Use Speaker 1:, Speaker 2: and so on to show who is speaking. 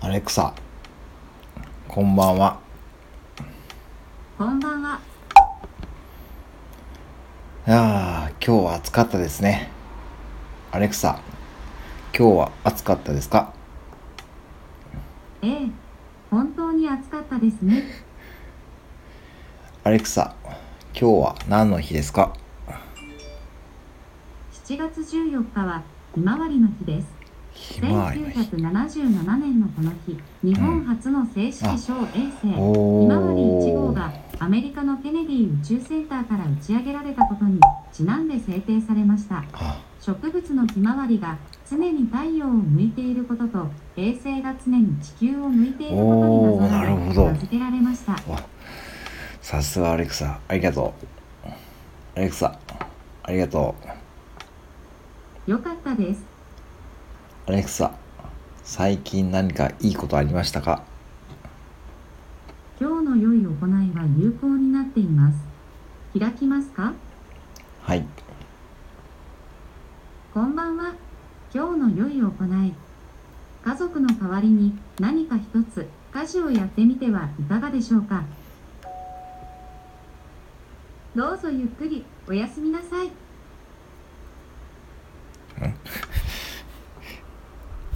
Speaker 1: アレクサ、こんばんは。
Speaker 2: こんばんは。
Speaker 1: ああ、今日は暑かったですね。アレクサ、今日は暑かったですか
Speaker 2: ええ、本当に暑かったですね。
Speaker 1: アレクサ、今日は何の日ですか
Speaker 2: 7月14日はひまわりの日です。
Speaker 1: ひまわりの日。
Speaker 2: 1977年のこの日、日本初の正式小衛星、
Speaker 1: お
Speaker 2: ひまわり1号
Speaker 1: ー。
Speaker 2: がアメリカのケネディ宇宙センターから打ち上げられたことにちなんで制定されました。
Speaker 1: あ
Speaker 2: 植物のひまわりが常に太陽を向いていることと、衛星が常に地球を向いていることに
Speaker 1: おーな
Speaker 2: な
Speaker 1: る
Speaker 2: ぞ
Speaker 1: ほど
Speaker 2: らえ名付けられました。
Speaker 1: さすがアレクサ、ありがとう。アレクサ、ありがとう。
Speaker 2: よかったです。
Speaker 1: アレクサ、最近何かいいことありましたか
Speaker 2: 今日の良い行いは有効になっています。開きますか
Speaker 1: はい。
Speaker 2: こんばんは。今日の良い行い。家族の代わりに何か一つ家事をやってみてはいかがでしょうかどうぞゆっくりおやすみなさい。